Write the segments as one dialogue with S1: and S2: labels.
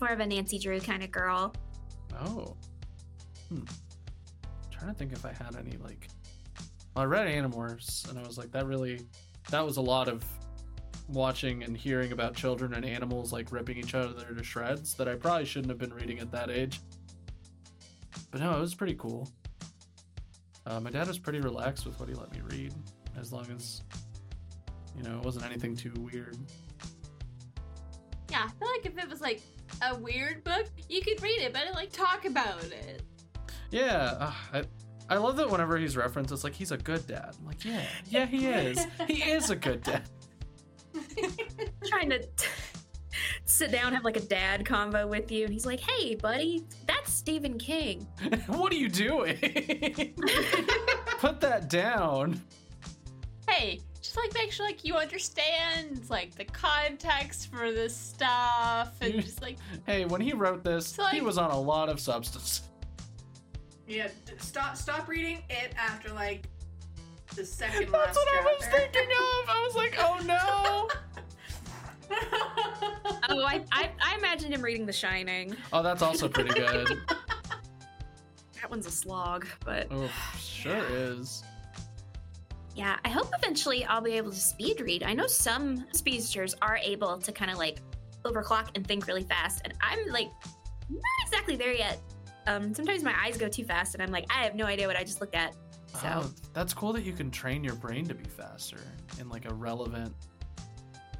S1: more of a Nancy Drew kind of girl.
S2: Oh. Hmm. trying to think if I had any like. Well, I read Animorphs, and I was like, that really, that was a lot of watching and hearing about children and animals like ripping each other to shreds that I probably shouldn't have been reading at that age. But no, it was pretty cool. Uh, my dad was pretty relaxed with what he let me read, as long as, you know, it wasn't anything too weird.
S3: Yeah, I feel like if it was like a weird book, you could read it, but like talk about it.
S2: Yeah, uh, I, I love that whenever he's referenced, it's like he's a good dad. I'm like, yeah, yeah, he is. he is a good dad.
S1: trying to sit down, have like a dad convo with you. And he's like, hey, buddy, that's Stephen King.
S2: what are you doing? Put that down.
S3: hey, just like make sure like you understand like the context for this stuff and
S2: You-
S3: just like
S2: Hey, when he wrote this,
S3: So
S2: he
S3: I-
S2: was on a lot of substance.
S4: Yeah, d- stop stop reading it after like the second
S2: That's
S4: last
S2: what I was
S4: chapter.
S2: thinking of. I was like, oh no.
S1: Oh, I, I, I imagined him reading The Shining.
S2: Oh, that's also pretty good.
S1: That one's a slog, but
S2: Oh, sure is.
S1: yeah, I hope eventually I'll be able to speed read. I know some speedsters are able to kind of like overclock and think really fast, and I'm like not exactly there yet. Um, sometimes my eyes go too fast, and I'm like, I have no idea what I just looked at. So
S2: Oh, that's cool that you can train your brain to be faster in like a relevant.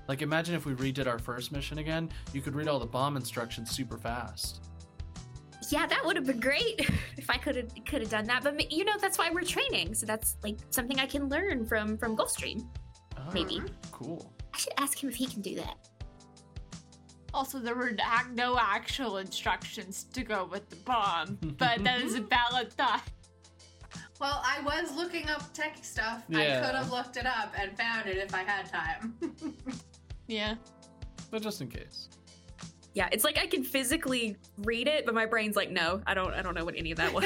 S2: Like, imagine if we redid our first mission again, you could read all the bomb instructions super fast.
S1: yeah, that would have been great if I could have could have done that. But ma- you know, that's why we're training, so that's like something I can learn from from Gulfstream.
S2: Oh,
S1: Maybe.
S2: Cool.
S1: I should ask him if he can do that.
S3: also there were ac- no actual instructions to go with the bomb, but that is a valid thought.
S4: well, I was looking up tech stuff.
S2: Yeah.
S4: I could have looked it up and found it if I had time.
S3: Yeah.
S2: But just in case.
S1: Yeah, it's like I can physically read it, but my brain's like, no, I don't, I don't know what any of that was.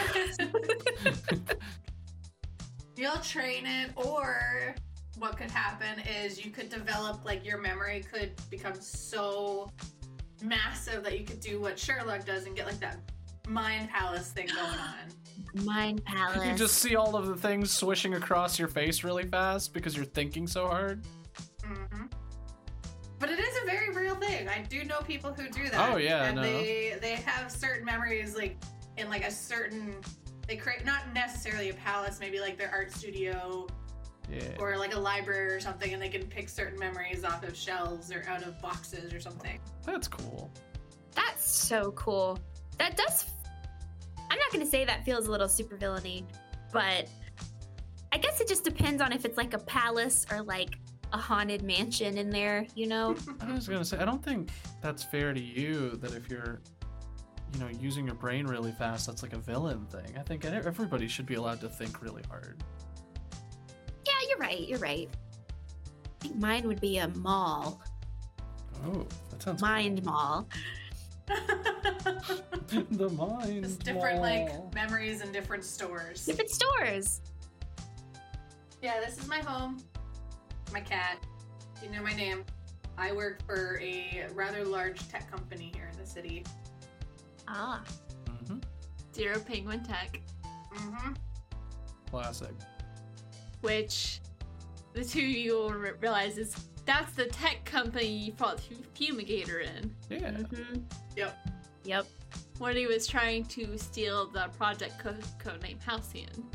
S4: You'll train it, or what could happen is you could develop like your memory could become so massive that you could do what Sherlock does and get like that mind palace thing going on.
S1: Mind
S2: You
S1: palace.
S2: just see all of the things swishing across your face really fast because you're thinking so hard.
S4: hmm But it is a very real thing. I do know people who do that.
S2: Oh, yeah,
S4: and
S2: no.
S4: they they have certain memories like in like a certain they create not necessarily a palace, maybe like their art studio
S2: Yeah.
S4: or like a library or something, and they can pick certain memories off of shelves or out of boxes or something.
S2: That's cool.
S1: That's so cool. That does. I'm not gonna say that feels a little super villainy, but I guess it just depends on if it's like a palace or like a haunted mansion in there. You know?
S2: I was gonna say, I don't think that's fair to you that if you're, you know, using your brain really fast, that's like a villain thing. I think everybody should be allowed to think really hard.
S1: yeah, you're right. You're right. I think mine would be a mall,
S2: Oh, that sounds
S1: mind mall.
S2: cool. the mind.
S4: Just different
S2: mall.
S4: like memories in different stores.
S1: Different stores.
S4: Yeah, this is my home. My cat. You know my name. I work for a rather large tech company here in the city.
S1: Ah,
S2: Mhm.
S3: Zero Penguin Tech.
S4: hmm
S2: Classic.
S3: which the two of you will re- realize is that's the tech company you fought Fu- Fumigator in,
S2: Yeah.
S1: mhm.
S4: Yep.
S1: Yep.
S3: when he was trying to steal the project co- codename Halcyon.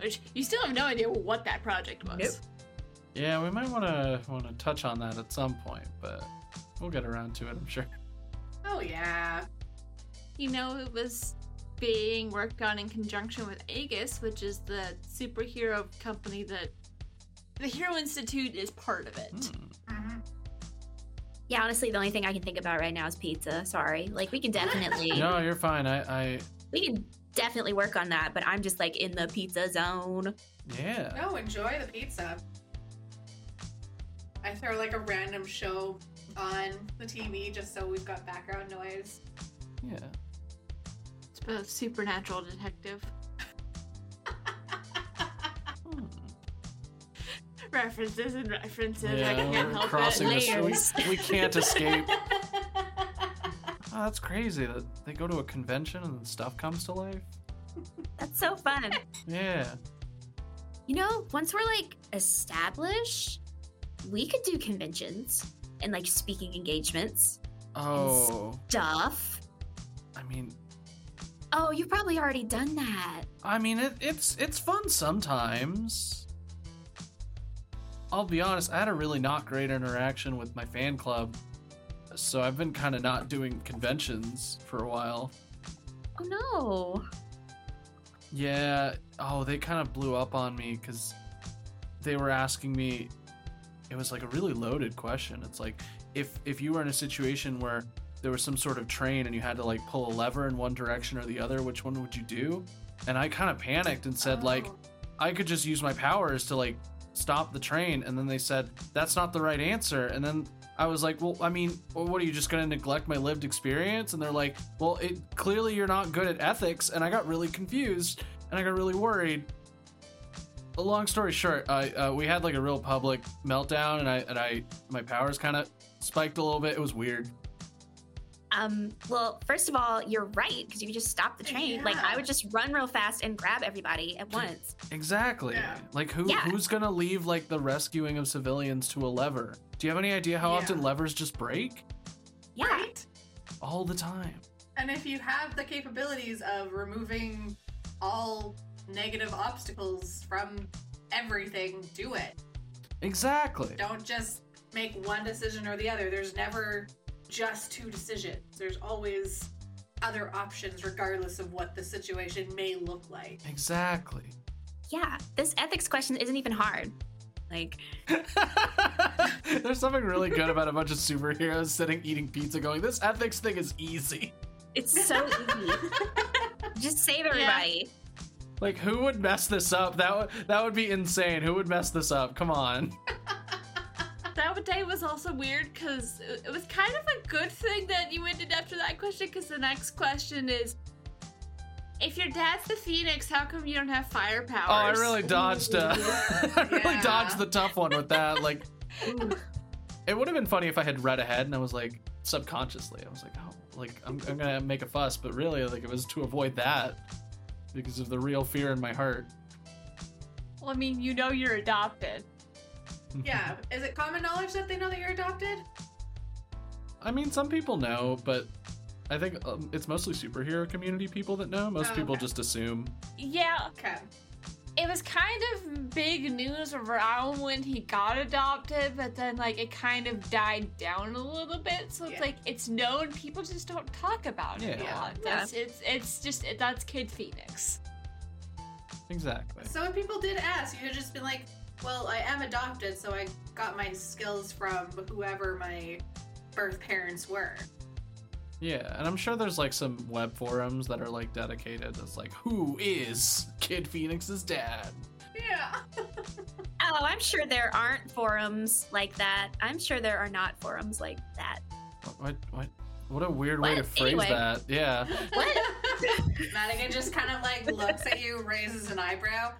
S3: Which you still have no idea what that project was.
S1: Nope.
S2: Yeah, we might want to want to touch on that at some point, but we'll get around to it, I'm sure.
S4: Oh yeah.
S3: You know, it was being worked on in conjunction with Aegis, which is the superhero company that the Hero Institute is part of it.
S2: Hmm.
S4: hmm
S1: Yeah, honestly, the only thing I can think about right now is pizza. Sorry. Like, we can definitely,
S2: No, you're fine. I, I,
S1: we can definitely work on that. But I'm just like in the pizza zone.
S2: yeah.
S4: No, enjoy the pizza. I throw like a random show on the TV just so we've got background noise.
S2: Yeah.
S3: It's both supernatural detective
S2: Hmm.
S3: references and references. I
S2: Yeah,
S3: can't
S2: we're
S3: help
S2: crossing
S3: it.
S2: this. We,
S1: Layers.
S2: we can't escape. Oh, that's crazy that they go to a convention and stuff comes to life.
S1: That's so fun.
S2: Yeah.
S1: You know, once we're like established, we could do conventions and like speaking engagements,
S2: Oh,
S1: stuff.
S2: I mean,
S1: Oh, you've probably already done that.
S2: I mean, it, it's it's fun sometimes. I'll be honest, I had a really not great interaction with my fan club, so I've been kind of not doing conventions for a while.
S1: Oh no.
S2: Yeah. Oh, they kind of blew up on me because they were asking me. It was like a really loaded question. It's like if if you were in a situation where there was some sort of train and you had to like pull a lever in one direction or the other, which one would you do? And I kind of panicked and said like
S4: Oh.
S2: I could just use my powers to like stop the train. And then they said that's not the right answer. And then I was like, well, I mean, well, what are you just going to neglect my lived experience? And they're like, well, it clearly you're not good at ethics. And I got really confused and I got really worried. But long story short, I uh, we had like a real public meltdown, and I and I my powers kind of spiked a little bit. It was weird.
S1: Um, well, first of all, you're right, because you could just stop the train. Like
S4: Yeah.
S1: I would just run real fast and grab everybody at once.
S2: Exactly.
S4: Yeah.
S2: Like who
S1: Yeah.
S2: who's gonna leave like the rescuing of civilians to a lever? Do you have any idea how
S4: Yeah.
S2: often levers just break?
S1: Yeah.
S4: Right?
S2: all the time.
S4: And if you have the capabilities of removing all negative obstacles from everything, do it.
S2: Exactly.
S4: Don't just make one decision or the other. There's never just two decisions. There's always other options regardless of what the situation may look like.
S2: Exactly.
S1: Yeah. This ethics question isn't even hard. Like,
S2: There's something really good about a bunch of superheroes sitting eating pizza going, this ethics thing is easy.
S1: it's so easy. Just save everybody.
S2: Like who would mess this up? That would that would be insane. Who would mess this up? Come on.
S3: That day was also weird because it was kind of a good thing that you ended after that question because the next question is if your dad's the phoenix, how come you don't have fire powers?
S2: Oh, I really dodged uh, I really
S4: Yeah.
S2: dodged the tough one with that. Like it would have been funny if I had read ahead and I was like subconsciously. I was like, oh like I'm, I'm gonna make a fuss, but really like it was to avoid that because of the real fear in my heart.
S3: Well, I mean, you know you're adopted.
S4: Yeah. Is it common knowledge that they know that you're adopted?
S2: I mean, some people know, but I think um, it's mostly superhero community people that know. Most
S4: Oh,
S2: people
S4: okay.
S2: just assume.
S3: Yeah,
S4: Okay.
S3: it was kind of big news around when he got adopted, but then like it kind of died down a little bit. So it's
S4: Yeah.
S3: like it's known. People just don't talk about it a
S2: Yeah.
S3: lot. That's, It's it's just that's Kid Phoenix.
S2: Exactly.
S4: So if people did ask, you could just be like, well, I am adopted, so I got my skills from whoever my birth parents were.
S2: Yeah, and I'm sure there's like some web forums that are like dedicated as like, who is Kid Phoenix's dad?
S4: Yeah.
S1: Oh, I'm sure there aren't forums like that. I'm sure there are not forums like that.
S2: What? What? What, what a weird way to
S1: What?
S2: phrase
S1: Anyway.
S2: that. Yeah.
S1: What?
S4: Madigan just kind of like looks at you, raises an eyebrow.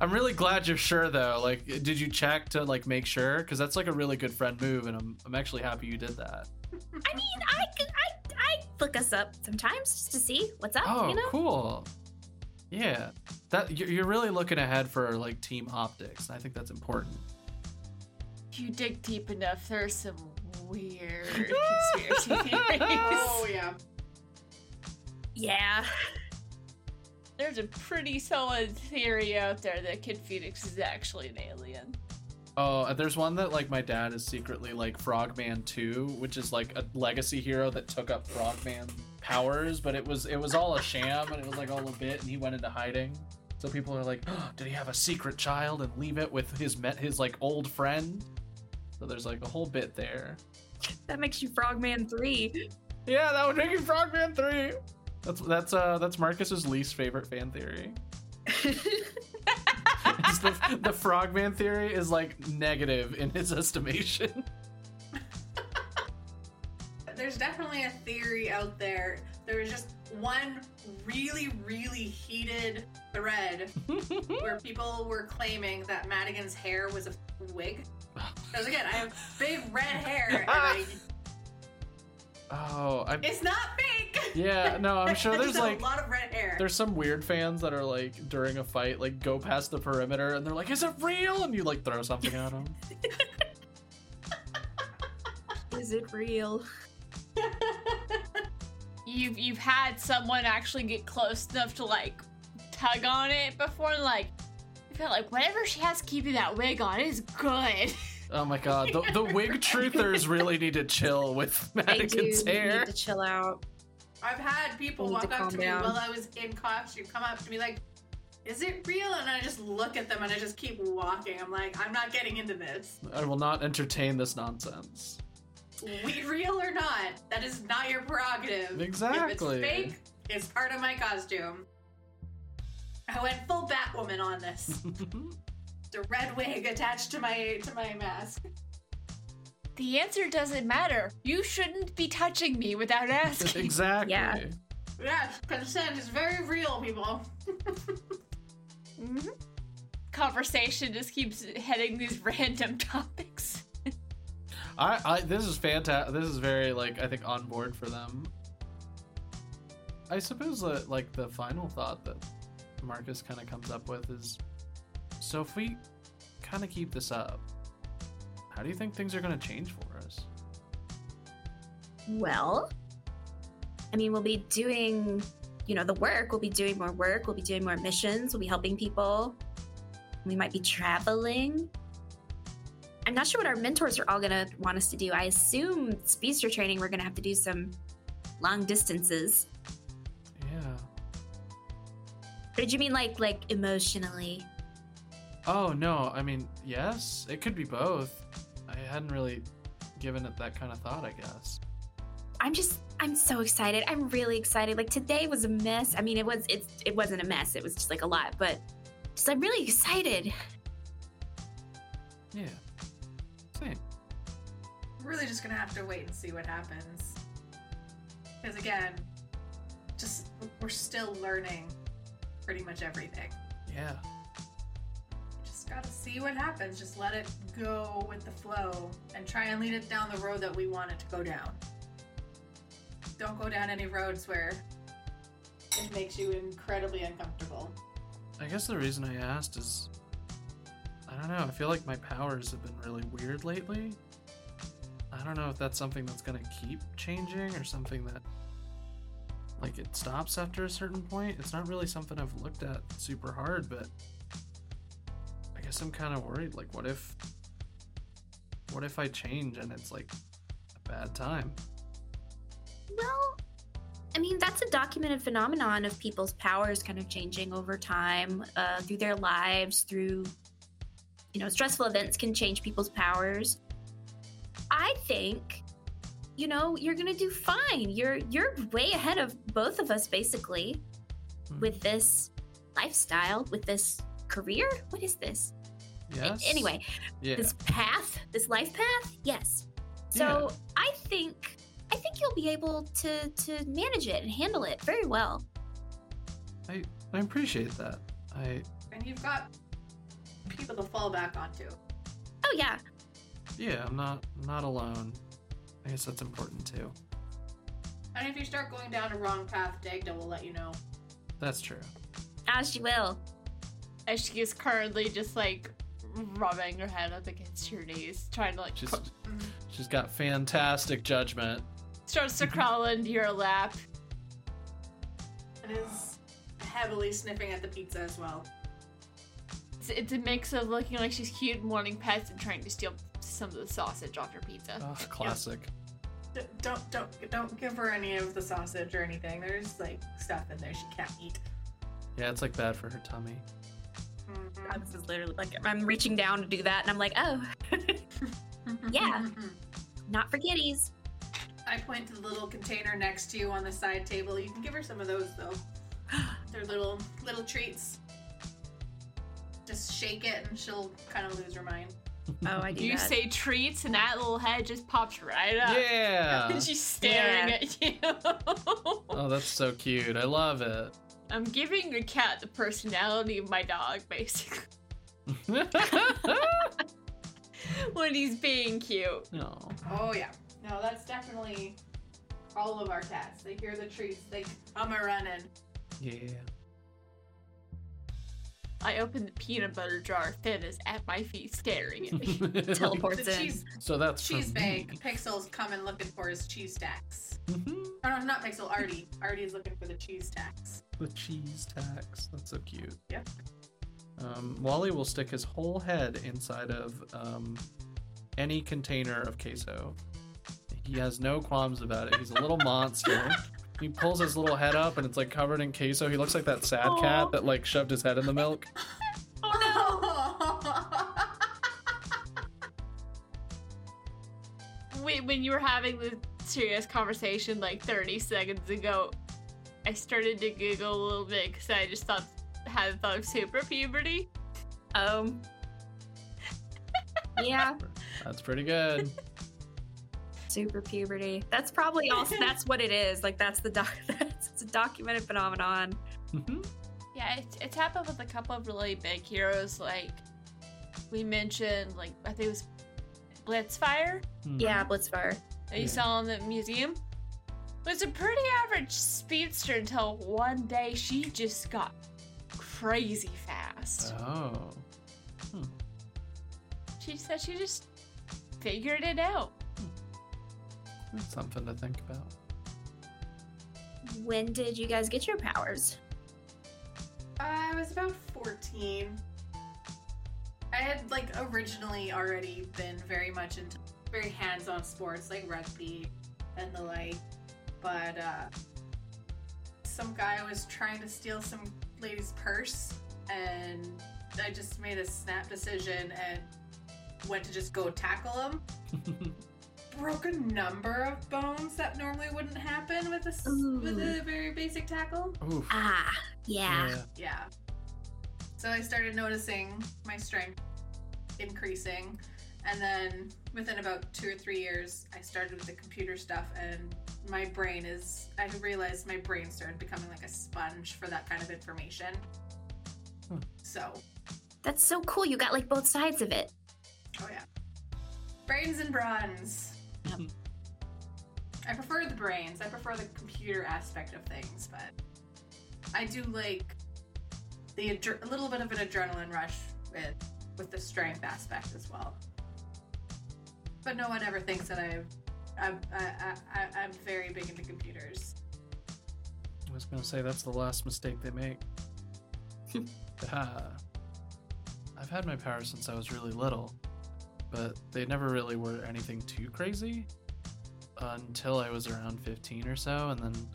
S2: I'm really glad you're sure though. Like, did you check to like make sure? Because that's like a really good friend move, and I'm I'm actually happy you did that.
S1: I mean, I could I I look us up sometimes just to see what's up,
S2: Oh,
S1: you know?
S2: cool. Yeah, that you're you're really looking ahead for like team optics. and I think that's important.
S3: If you dig deep enough, there are some weird conspiracy
S4: Oh,
S3: theories.
S4: yeah.
S1: Yeah.
S3: There's a pretty solid theory out there that Kid Phoenix is actually an alien.
S2: Oh, and there's one that like my dad is secretly like Frogman 2, which is like a legacy hero that took up Frogman powers, but it was it was all a sham and it was like all a bit, and he went into hiding. So people are like, oh, did he have a secret child and leave it with his met his like old friend? So there's like a whole bit there.
S1: That makes you Frogman 3.
S2: Yeah, that would make it Frogman 3. That's that's uh that's Marcus's least favorite fan theory. It's the, the Frogman theory is like negative in his estimation.
S4: There's definitely a theory out there. There was just one really, really heated thread where people were claiming that Madigan's hair was a wig. Because again, I have big red hair. And I,
S2: Oh, I
S4: It's not fake.
S2: yeah. No, I'm sure
S4: I just
S2: there's
S4: have
S2: like
S4: a lot of red hair.
S2: there's some weird fans that are like during a fight like go past the perimeter and they're like, "Is it real?" And you like throw something at them.
S1: Is it real?
S3: You've you've had someone actually get close enough to like tug on it before, and, like I felt like whatever she has keeping that wig on is good.
S2: Oh my god, the, the wig truthers really need to chill with
S1: I do
S2: mannequin's hair.
S1: need to chill out.
S4: I've had people
S1: Need to
S4: walk up
S1: calm
S4: to me
S1: down.
S4: while I was in costume, come up to me like, "Is it real?" And I just look at them and I just keep walking. I'm like, I'm not getting into this.
S2: I will not entertain this nonsense.
S4: We real or not, that is not your prerogative.
S2: Exactly.
S4: If it's fake, it's part of my costume. I went full Batwoman on this. the red wig attached to my to my mask.
S3: The answer doesn't matter. You shouldn't be touching me without asking.
S2: exactly.
S1: Yeah.
S4: Yes, consent is very real, people.
S3: Mhm. Conversation just keeps heading these random topics.
S2: I, I this is fantastic. This is very like I think on board for them. I suppose that like the final thought that Marcus kind of comes up with is, so if we kind of keep this up, how do you think things are going to change for us?
S1: Well, I mean, we'll be doing, you know, the work. We'll be doing more work. We'll be doing more missions. We'll be helping people. We might be traveling. I'm not sure what our mentors are all going to want us to do. I assume speedster training, we're going to have to do some long distances.
S2: Yeah.
S1: Or did you mean like like emotionally?
S2: Oh no, I mean yes, it could be both. I hadn't really given it that kind of thought, I guess.
S1: I'm just I'm so excited. I'm really excited. Like today was a mess. I mean, it was it it wasn't a mess. It was just like a lot, but just I'm really excited.
S2: Yeah. Same.
S4: We're really just gonna have to wait and see what happens. Because again, just we're still learning pretty much everything.
S2: Yeah.
S4: Just gotta see what happens. Just let it go with the flow and try and lead it down the road that we want it to go down. Don't go down any roads where it makes you incredibly uncomfortable.
S2: I guess the reason I asked is I don't know, I feel like my powers have been really weird lately. I don't know if that's something that's gonna keep changing or something that like it stops after a certain point. It's not really something I've looked at super hard, but I guess I'm kinda worried, like what if what if I change and it's like a bad time?
S1: Well, I mean, that's a documented phenomenon of people's powers kind of changing over time uh, through their lives, through, you know, stressful events can change people's powers. I think, you know, you're going to do fine. You're you're way ahead of both of us basically
S2: Hmm.
S1: with this lifestyle, with this career. What is this? A-
S2: Yes.
S1: Anyway,
S2: Yeah.
S1: this path, this life path. Yes. So I think I think you'll be able to to manage it and handle it very well.
S2: I appreciate that. I
S4: And you've got people to fall back onto.
S1: Oh yeah.
S2: yeah, I'm not I'm not alone. I guess that's important too.
S4: And if you start going down a wrong path, Dagda will let you know.
S2: That's true.
S1: As you will.
S3: As she is currently just like rubbing her head up against your knees, trying to like
S2: She's
S3: cr-
S2: she's got fantastic judgment.
S3: starts to crawl into your lap.
S4: It is heavily sniffing at the pizza as well.
S3: It's, it's a mix of looking like she's cute and wanting pets and trying to steal some of the sausage off your pizza.
S2: Oh, classic.
S4: D- don't don't don't give her any of the sausage or anything. There's like stuff in there she can't eat.
S2: Yeah, it's like bad for her tummy.
S1: This is literally like I'm reaching down to do that and I'm like, oh, Yeah. not for kitties.
S4: I point to the little container next to you on the side table. You can give her some of those though. They're little little treats. Just shake it and she'll kind of lose her mind.
S1: Oh, I do
S3: you
S1: that.
S3: say treats, and that little head just pops right up.
S2: Yeah.
S3: And she's staring at you.
S2: oh, that's so cute. I love it.
S3: I'm giving your cat the personality of my dog, basically, when he's being cute.
S2: no.
S4: Oh yeah. No, that's definitely All of our cats. They hear the treats. They come a running.
S2: Yeah.
S3: I open the peanut butter jar. Finn is at my feet staring at me.
S1: Teleports
S4: The
S1: in.
S4: cheese,
S2: so that's for
S4: cheese
S2: me.
S4: bag. Pixel's coming looking for his cheese stacks.
S2: Mhm.
S4: Or no, not Pixel. Artie. Artie's looking for the cheese stacks.
S2: the cheese tax. That's so cute.
S4: Yep.
S2: Um, Wally will stick his whole head inside of um, any container of queso. He has no qualms about it. He's a little monster. He pulls his little head up and it's like covered in queso. He looks like that sad
S3: Aw.
S2: cat that like shoved his head in the milk.
S4: Oh
S3: when, when you were having the serious conversation like 30 seconds ago, I started to giggle a little bit because I just thought had a thought of super puberty.
S1: Um. Yeah,
S2: That's pretty good.
S1: super puberty. That's probably also that's what it is. Like that's the doc. That's it's a documented phenomenon.
S2: Mhm.
S3: Yeah, it's, it's happened with a couple of really big heroes. Like we mentioned, like I think it was Blitzfire
S2: Mhm.
S1: Yeah, Blitzfire.
S3: that you
S2: Yeah.
S3: saw in the museum. Was a pretty average speedster until one day she just got crazy fast.
S2: Oh.
S3: She said she just figured it out.
S2: That's something to think about.
S1: When did you guys get your powers?
S4: I was about 14. I had like originally already been very much into very hands-on sports like rugby and the like, but uh, some guy was trying to steal some lady's purse, and I just made a snap decision and went to just go tackle him. Broke a number of bones that normally wouldn't happen with a s- with a very basic tackle.
S2: Oof.
S1: Ah, yeah.
S4: Yeah. So I started noticing my strength increasing. And then within about two or three years, I started with the computer stuff, and my brain is, I realized my brain started becoming like a sponge for that kind of information.
S2: Hmm.
S4: So,
S1: That's so cool. You got like both sides of it.
S4: oh yeah. Brains and bronze.
S1: Yep.
S4: I prefer the brains, I prefer the computer aspect of things, but I do like the adre- a little bit of an adrenaline rush with with the strength aspect as well. But no one ever thinks that I, I, I, I, I I'm very big into computers.
S2: I was gonna say that's the last mistake they make. Ah. I've had my powers since I was really little, but they never really were anything too crazy until I was around 15 or so, and then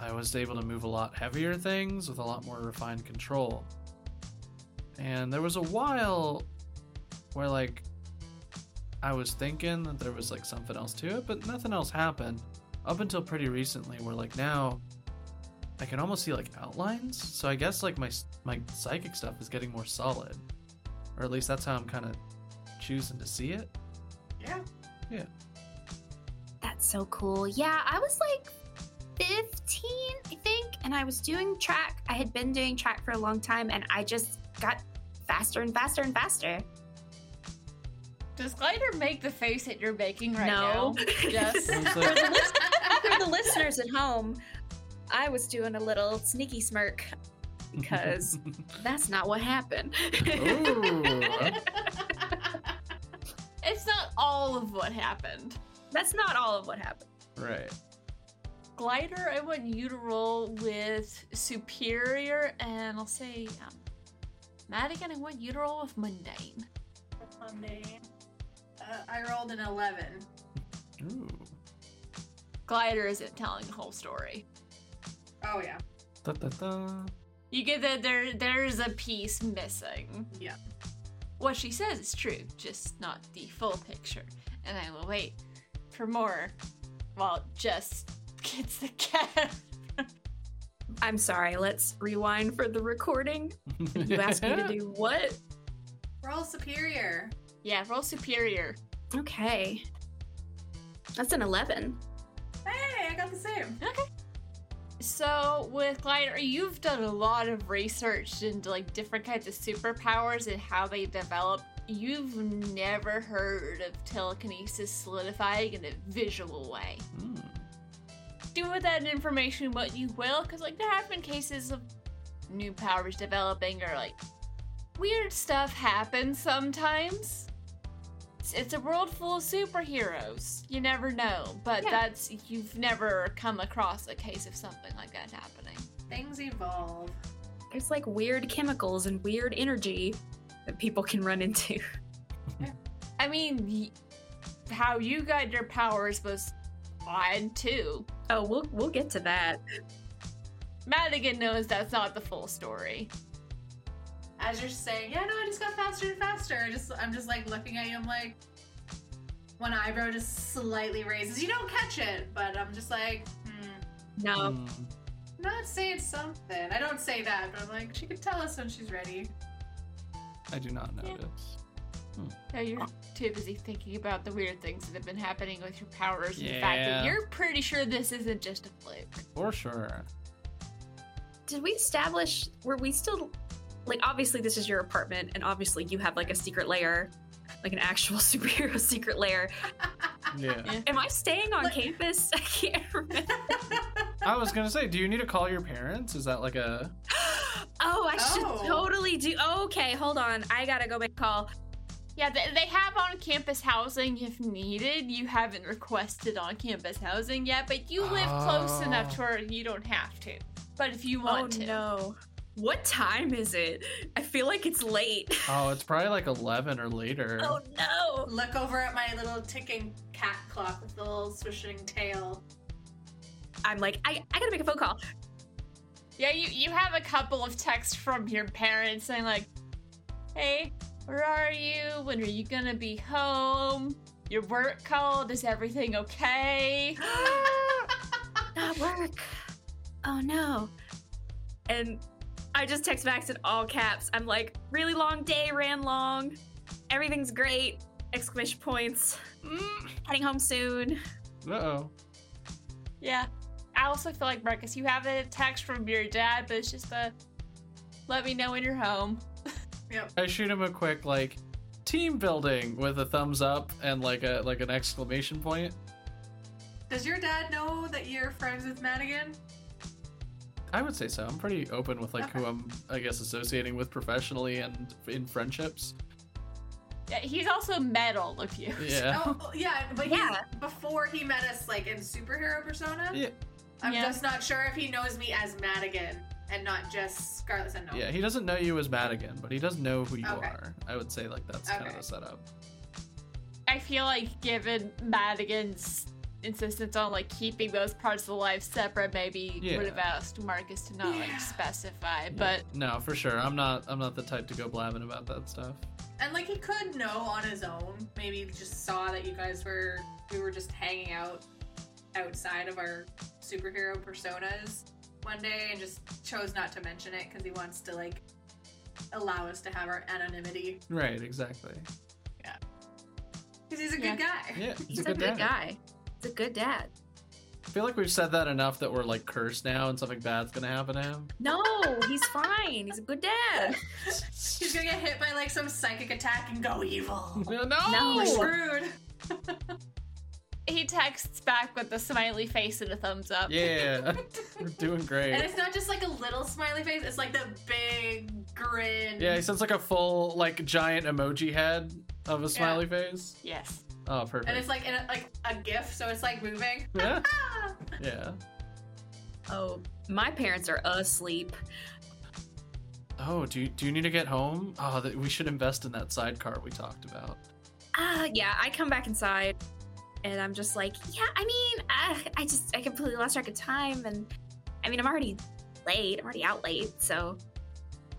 S2: I was able to move a lot heavier things with a lot more refined control. And there was a while where, like, I was thinking that there was, like, something else to it, but nothing else happened up until pretty recently where like now i can almost see like outlines so i guess like my my psychic stuff is getting more solid or at least that's how i'm kind of choosing to see it
S4: Yeah.
S1: That's so cool. Yeah, I was like 15, I think, and I was doing track. I had been doing track for a long time, and I just got faster and faster and faster.
S3: Does Glider make the face that you're making right
S1: no.
S3: now? Yes.
S2: I was
S1: for, the
S2: like,
S1: lis- for the listeners at home, I was doing a little sneaky smirk because that's not what happened.
S2: Oh. Ooh.
S3: It's not all of what happened.
S1: that's not all of what happened.
S2: right
S3: Glider, I want you to roll with Superior, and I'll say, um, Madigan, I want you to roll with Mundane.
S4: Monday. Uh, I rolled an eleven.
S2: Ooh.
S3: Glider isn't telling the whole story.
S4: Oh yeah.
S2: Da, da, da.
S3: You get that there, there's a piece missing.
S4: Yeah.
S3: What she says is true, just not the full picture. And I will wait for more while Jess gets the cat.
S1: I'm sorry. Let's rewind for the recording. You asked me to do what?
S4: Roll superior.
S3: Yeah, roll superior.
S1: Okay. That's an 11.
S4: Hey, I got the same.
S3: So with Glider, you've done a lot of research into like different kinds of superpowers and how they develop. you've never heard of telekinesis solidifying in a visual way.
S2: Hmm.
S3: do with that information what you will, because like there have been cases of new powers developing or like weird stuff happens sometimes. It's, it's a world full of superheroes. You never know, but
S1: Yeah.
S3: that's you've never come across a case of something like that happening.
S4: Things evolve.
S1: There's like weird chemicals and weird energy that people can run into.
S3: I mean, y- how you got your powers was odd too.
S1: Oh, we'll we'll get to that.
S3: Madigan knows that's not the full story.
S4: As you're saying, yeah, no, I just got faster and faster. I just, I'm just like looking at you. I'm like, one eyebrow just slightly raises. You don't catch it, but I'm just like, hmm,
S1: No,
S2: Hmm.
S4: not saying something. I don't say that, but I'm like, she can tell us when she's ready.
S2: I do not
S3: Yeah.
S2: notice.
S3: No,
S2: Uh.
S3: you're too busy thinking about the weird things that have been happening with your powers and the fact that
S2: Yeah.
S3: you're pretty sure this isn't just a fluke.
S2: For sure.
S1: did we establish? Were we still like? Obviously, this is your apartment, and obviously, you have like a secret lair, like an actual superhero secret lair.
S2: Yeah.
S1: Am I staying on
S4: Like-
S1: campus? I can't remember.
S2: I was gonna say, do you need to call your parents? Is that like a
S1: Oh, I
S4: Oh.
S1: should totally do. Okay, hold on. I gotta go make a call.
S3: Yeah, they, they have on campus housing if needed. You haven't requested on campus housing yet, but you live close enough to
S2: Oh.
S3: where you don't have to. But if you
S1: Oh
S3: want to.
S1: no. What time is it? I feel like it's late.
S2: oh, it's probably like eleven or later.
S1: Oh no.
S4: Look over at my little ticking cat clock with the little swishing tail.
S1: I'm like, I, I gotta make a phone call.
S3: Yeah, you, you have a couple of texts from your parents saying, like, hey, where are you? When are you gonna be home? Your work called. Is everything okay?
S1: Not work. Oh no. And I just text Max in all caps. I'm like, really long day, ran long. Everything's great. Exclamation points. Mm, Heading home soon.
S2: Uh oh.
S3: Yeah. I also feel like Marcus, you have a text from your dad, but it's just a let me know when you're home.
S2: I shoot him a quick like team building with a thumbs up and like a like an exclamation point.
S4: Does your dad know that you're friends with Madigan?
S2: I would say so. I'm pretty open with like who I'm I guess associating with professionally and in friendships.
S3: Yeah, he's also metal of you.
S2: Yeah.
S4: Oh, oh, yeah, but he's-
S1: Yeah.
S4: before he met us, like in superhero persona.
S2: Yeah.
S4: I'm
S3: Yeah.
S4: just not sure if he knows me as Madigan and not just Scarlet Sentinel.
S2: Yeah, he doesn't know you as Madigan, but he does know who you
S4: Oh. Okay.
S2: are. I would say like that's kind of
S4: Okay.
S2: the setup.
S3: I feel like given Madigan's insistence on like keeping those parts of the life separate, maybe
S2: Yeah.
S3: would have asked Marcus to not
S4: Yeah.
S3: like specify.
S2: Yeah.
S3: But
S2: no, for sure. I'm not I'm not the type to go blabbing about that stuff.
S4: And like he could know on his own. Maybe he just saw that you guys were we were just hanging out outside of our superhero personas one day and just chose not to mention it because he wants to like allow us to have our anonymity.
S2: Right, exactly.
S4: Because he's a good guy.
S2: Yeah, he's
S1: He's
S2: a good, dad.
S1: guy. He's a good dad.
S2: I feel like we've said that enough that we're like cursed now and something bad's gonna happen to him.
S1: No, he's fine. He's a good dad.
S4: He's gonna get hit by like some psychic attack and go evil.
S2: no!
S1: No.
S4: We're screwed.
S3: he texts back with a smiley face and a thumbs up.
S2: Yeah, we're doing
S4: And
S2: great.
S4: it's not just like a little smiley face, it's like the big grin.
S2: Yeah, he sends like a full, like, giant emoji head of a smiley face.
S3: Yes.
S2: Oh,
S4: And it's
S2: perfect.
S4: like in a, like a gif, so it's like moving.
S2: Yeah,
S4: Ah!
S2: yeah.
S1: Oh, my parents are asleep.
S2: Oh, do you, do you need to get home? Oh, that we should invest in that sidecar we talked about.
S1: Ah, yeah, I come back inside and I'm just like, yeah, I mean, uh, I just, I completely lost track of time. And I mean, I'm already late. I'm already out late. So,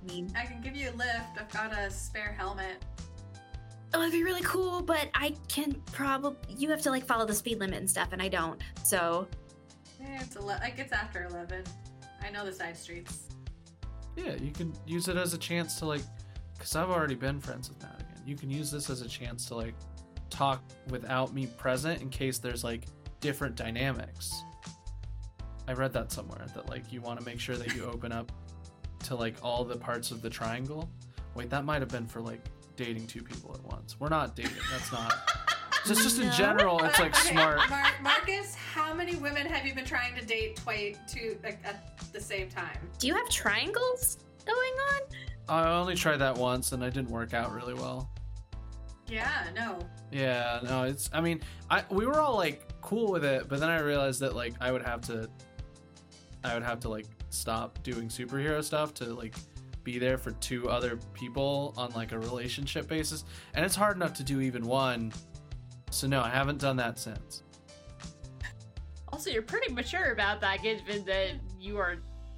S1: I mean,
S4: I can give you a lift. I've got a spare helmet.
S1: oh, it'd be really cool, but I can probably, you have to like follow the speed limit and stuff, and I don't. So,
S4: Eh, It's ele- like it's after eleven. I know the side streets.
S2: Yeah, you can use it as a chance to, like, because I've already been friends with Madigan. You can use this as a chance to, like, talk without me present in case there's, like, different dynamics. I read that somewhere that, like, you want to make sure that you open up to, like, all the parts of the triangle. Wait, that might have been for, like, dating two people at once. We're not dating. That's not. Just just in general, it's like
S4: Okay,
S2: smart.
S4: Mar- Marcus, how many women have you been trying to date twice to like at the same time?
S1: Do you have triangles going on?
S2: I only tried that once and it didn't work out really well.
S4: Yeah, no.
S2: Yeah, no, it's. I mean, I we were all like cool with it, but then I realized that like I would have to, I would have to like stop doing superhero stuff to like be there for two other people on like a relationship basis, and it's hard enough to do even one. So no, I haven't done that since.
S3: Also, you're pretty mature about that, given that you are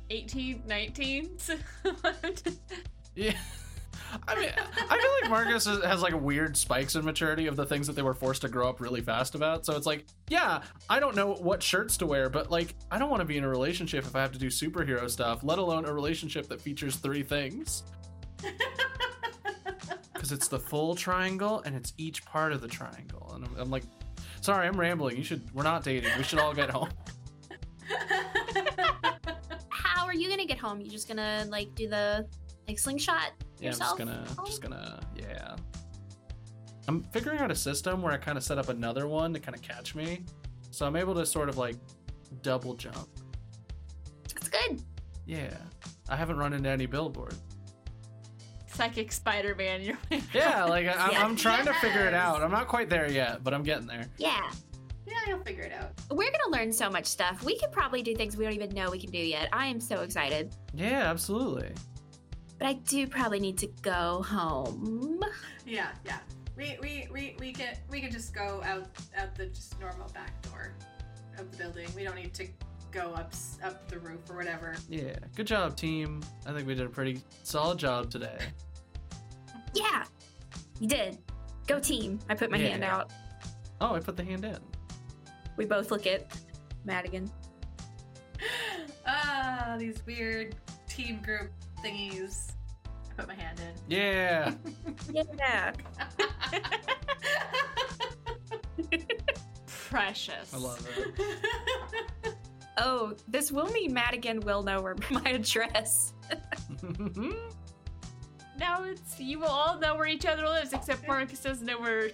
S3: 18, 19. So
S2: Yeah. I mean, I feel like Marcus has, has like weird spikes in maturity of the things that they were forced to grow up really fast about. So it's like, yeah, I don't know what shirts to wear, but like, I don't want to be in a relationship if I have to do superhero stuff, let alone a relationship that features three things. Because it's the full triangle and it's each part of the triangle. And I'm, I'm like, sorry, I'm rambling. You should, we're not dating. We should all get home.
S1: How are you gonna get home? You just gonna like do the like slingshot?
S2: Yeah,
S1: yourself?
S2: I'm just
S1: Oh.
S2: gonna, just gonna, yeah. I'm figuring out a system where I kind of set up another one to kind of catch me, so I'm able to sort of like double jump.
S1: That's good.
S2: Yeah, I haven't run into any billboard.
S3: Psychic Spider Man, you're
S2: Yeah, like I, I'm, I'm trying to figure it
S4: Yes.
S2: out. I'm not quite there yet, but I'm getting there.
S1: Yeah.
S4: Yeah, you'll figure it out.
S1: We're gonna learn so much stuff. We could probably do things we don't even know we can do yet. I am so excited.
S2: Yeah, absolutely.
S1: But I do probably need to go home.
S4: Yeah, yeah. We we we we can we can just go out out the just normal back door of the building. We don't need to go up s- up the roof or whatever.
S2: Yeah, good job, team. I think we did a pretty solid job today.
S1: Yeah. You did. Go team. I put my
S2: Yeah.
S1: hand out.
S2: Oh, I put the hand in.
S1: We both look at Madigan.
S4: Ah, these weird team group thingies. I put my hand in.
S2: Yeah.
S1: Yeah.
S3: precious.
S2: I love it.
S1: Oh, this will mean Madigan will know where my address.
S3: Now it's you will all know where each other lives, except Marcus doesn't know where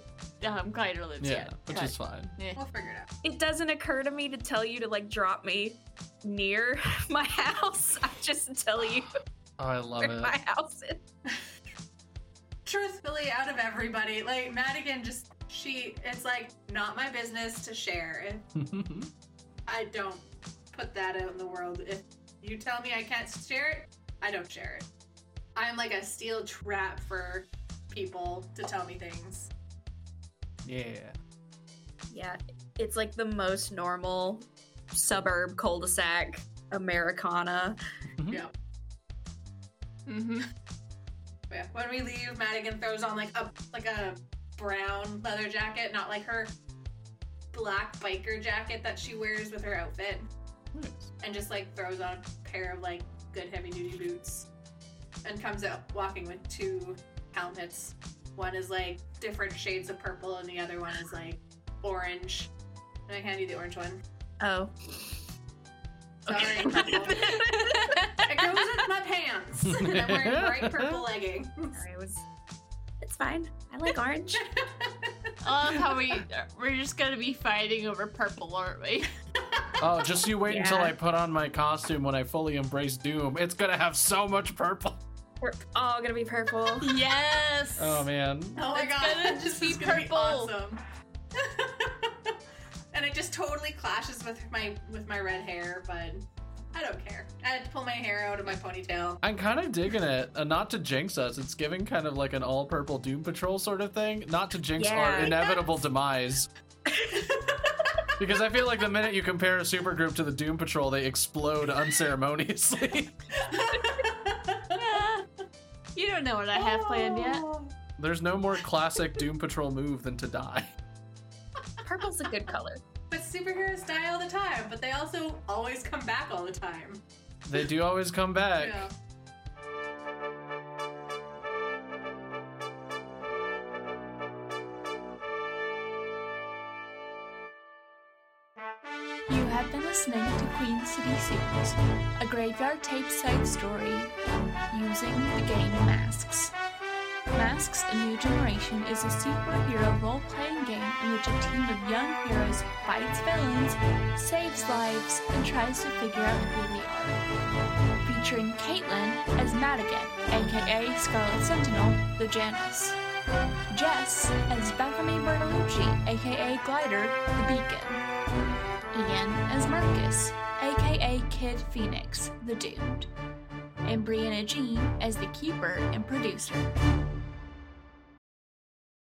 S3: um, Clyder lives
S2: yeah,
S3: yet.
S2: which
S3: Cut.
S2: is fine.
S4: we'll figure it out.
S1: It doesn't occur to me to tell you to like drop me near my house. I just tell you
S2: Oh, I love
S1: where
S2: it.
S1: my house is.
S4: truthfully out of everybody like madigan just she it's like not my business to share and i don't put that out in the world if you tell me i can't share it i don't share it i'm like a steel trap for people to tell me things
S2: yeah.
S1: Yeah, it's like the most normal suburb cul-de-sac Americana.
S3: Mm-hmm.
S4: But yeah, when we leave madigan throws on like a like a brown leather jacket not like her black biker jacket that she wears with her outfit
S2: Nice.
S4: and just like throws on a pair of like good heavy duty boots and comes out walking with two helmets. One is like different shades of purple and the other one is like orange. And I hand you the orange one.
S1: Oh.
S4: Sorry, purple. It goes with my pants. And I'm wearing bright purple leggings.
S1: Sorry, it was it's fine. I like orange.
S3: I love how we we're just gonna be fighting over purple, aren't we?
S2: Oh, just you wait until
S1: Yeah.
S2: I put on my costume when I fully embrace Doom. It's gonna have so much purple.
S1: We're all gonna be purple.
S3: yes.
S2: Oh man.
S4: Oh my
S3: It's
S4: god,
S3: gonna
S4: this
S3: just
S4: is
S3: be
S4: gonna
S3: purple.
S4: awesome. and it just totally clashes with my with my red hair, but I don't care. I had to pull my hair out of my ponytail.
S2: I'm kind of digging it. Uh, not to jinx us, it's giving kind of like an all purple Doom Patrol sort of thing. Not to jinx
S1: Yeah.
S2: our inevitable demise. because I feel like the minute you compare a supergroup to the Doom Patrol, they explode unceremoniously.
S3: Ah, you don't know what I have planned yet.
S2: There's no more classic Doom Patrol move than to die.
S1: Purple's a good color.
S4: But superheroes die all the time, but they also always come back all the time.
S2: They do always come back.
S4: Yeah.
S5: You have been listening to Queen City Seals, a graveyard tape side story using the game Masks.
S3: Masks A New Generation is a superhero role playing game in which a team of young heroes fights villains, saves lives, and tries to figure out who they are. Featuring Caitlin as Madigan, aka Scarlet Sentinel, the Janus. Jess as Bethany Bertolucci, aka Glider, the Beacon. Ian as Marcus, aka Kid Phoenix, the Doomed and Brianna Jean as the keeper and producer.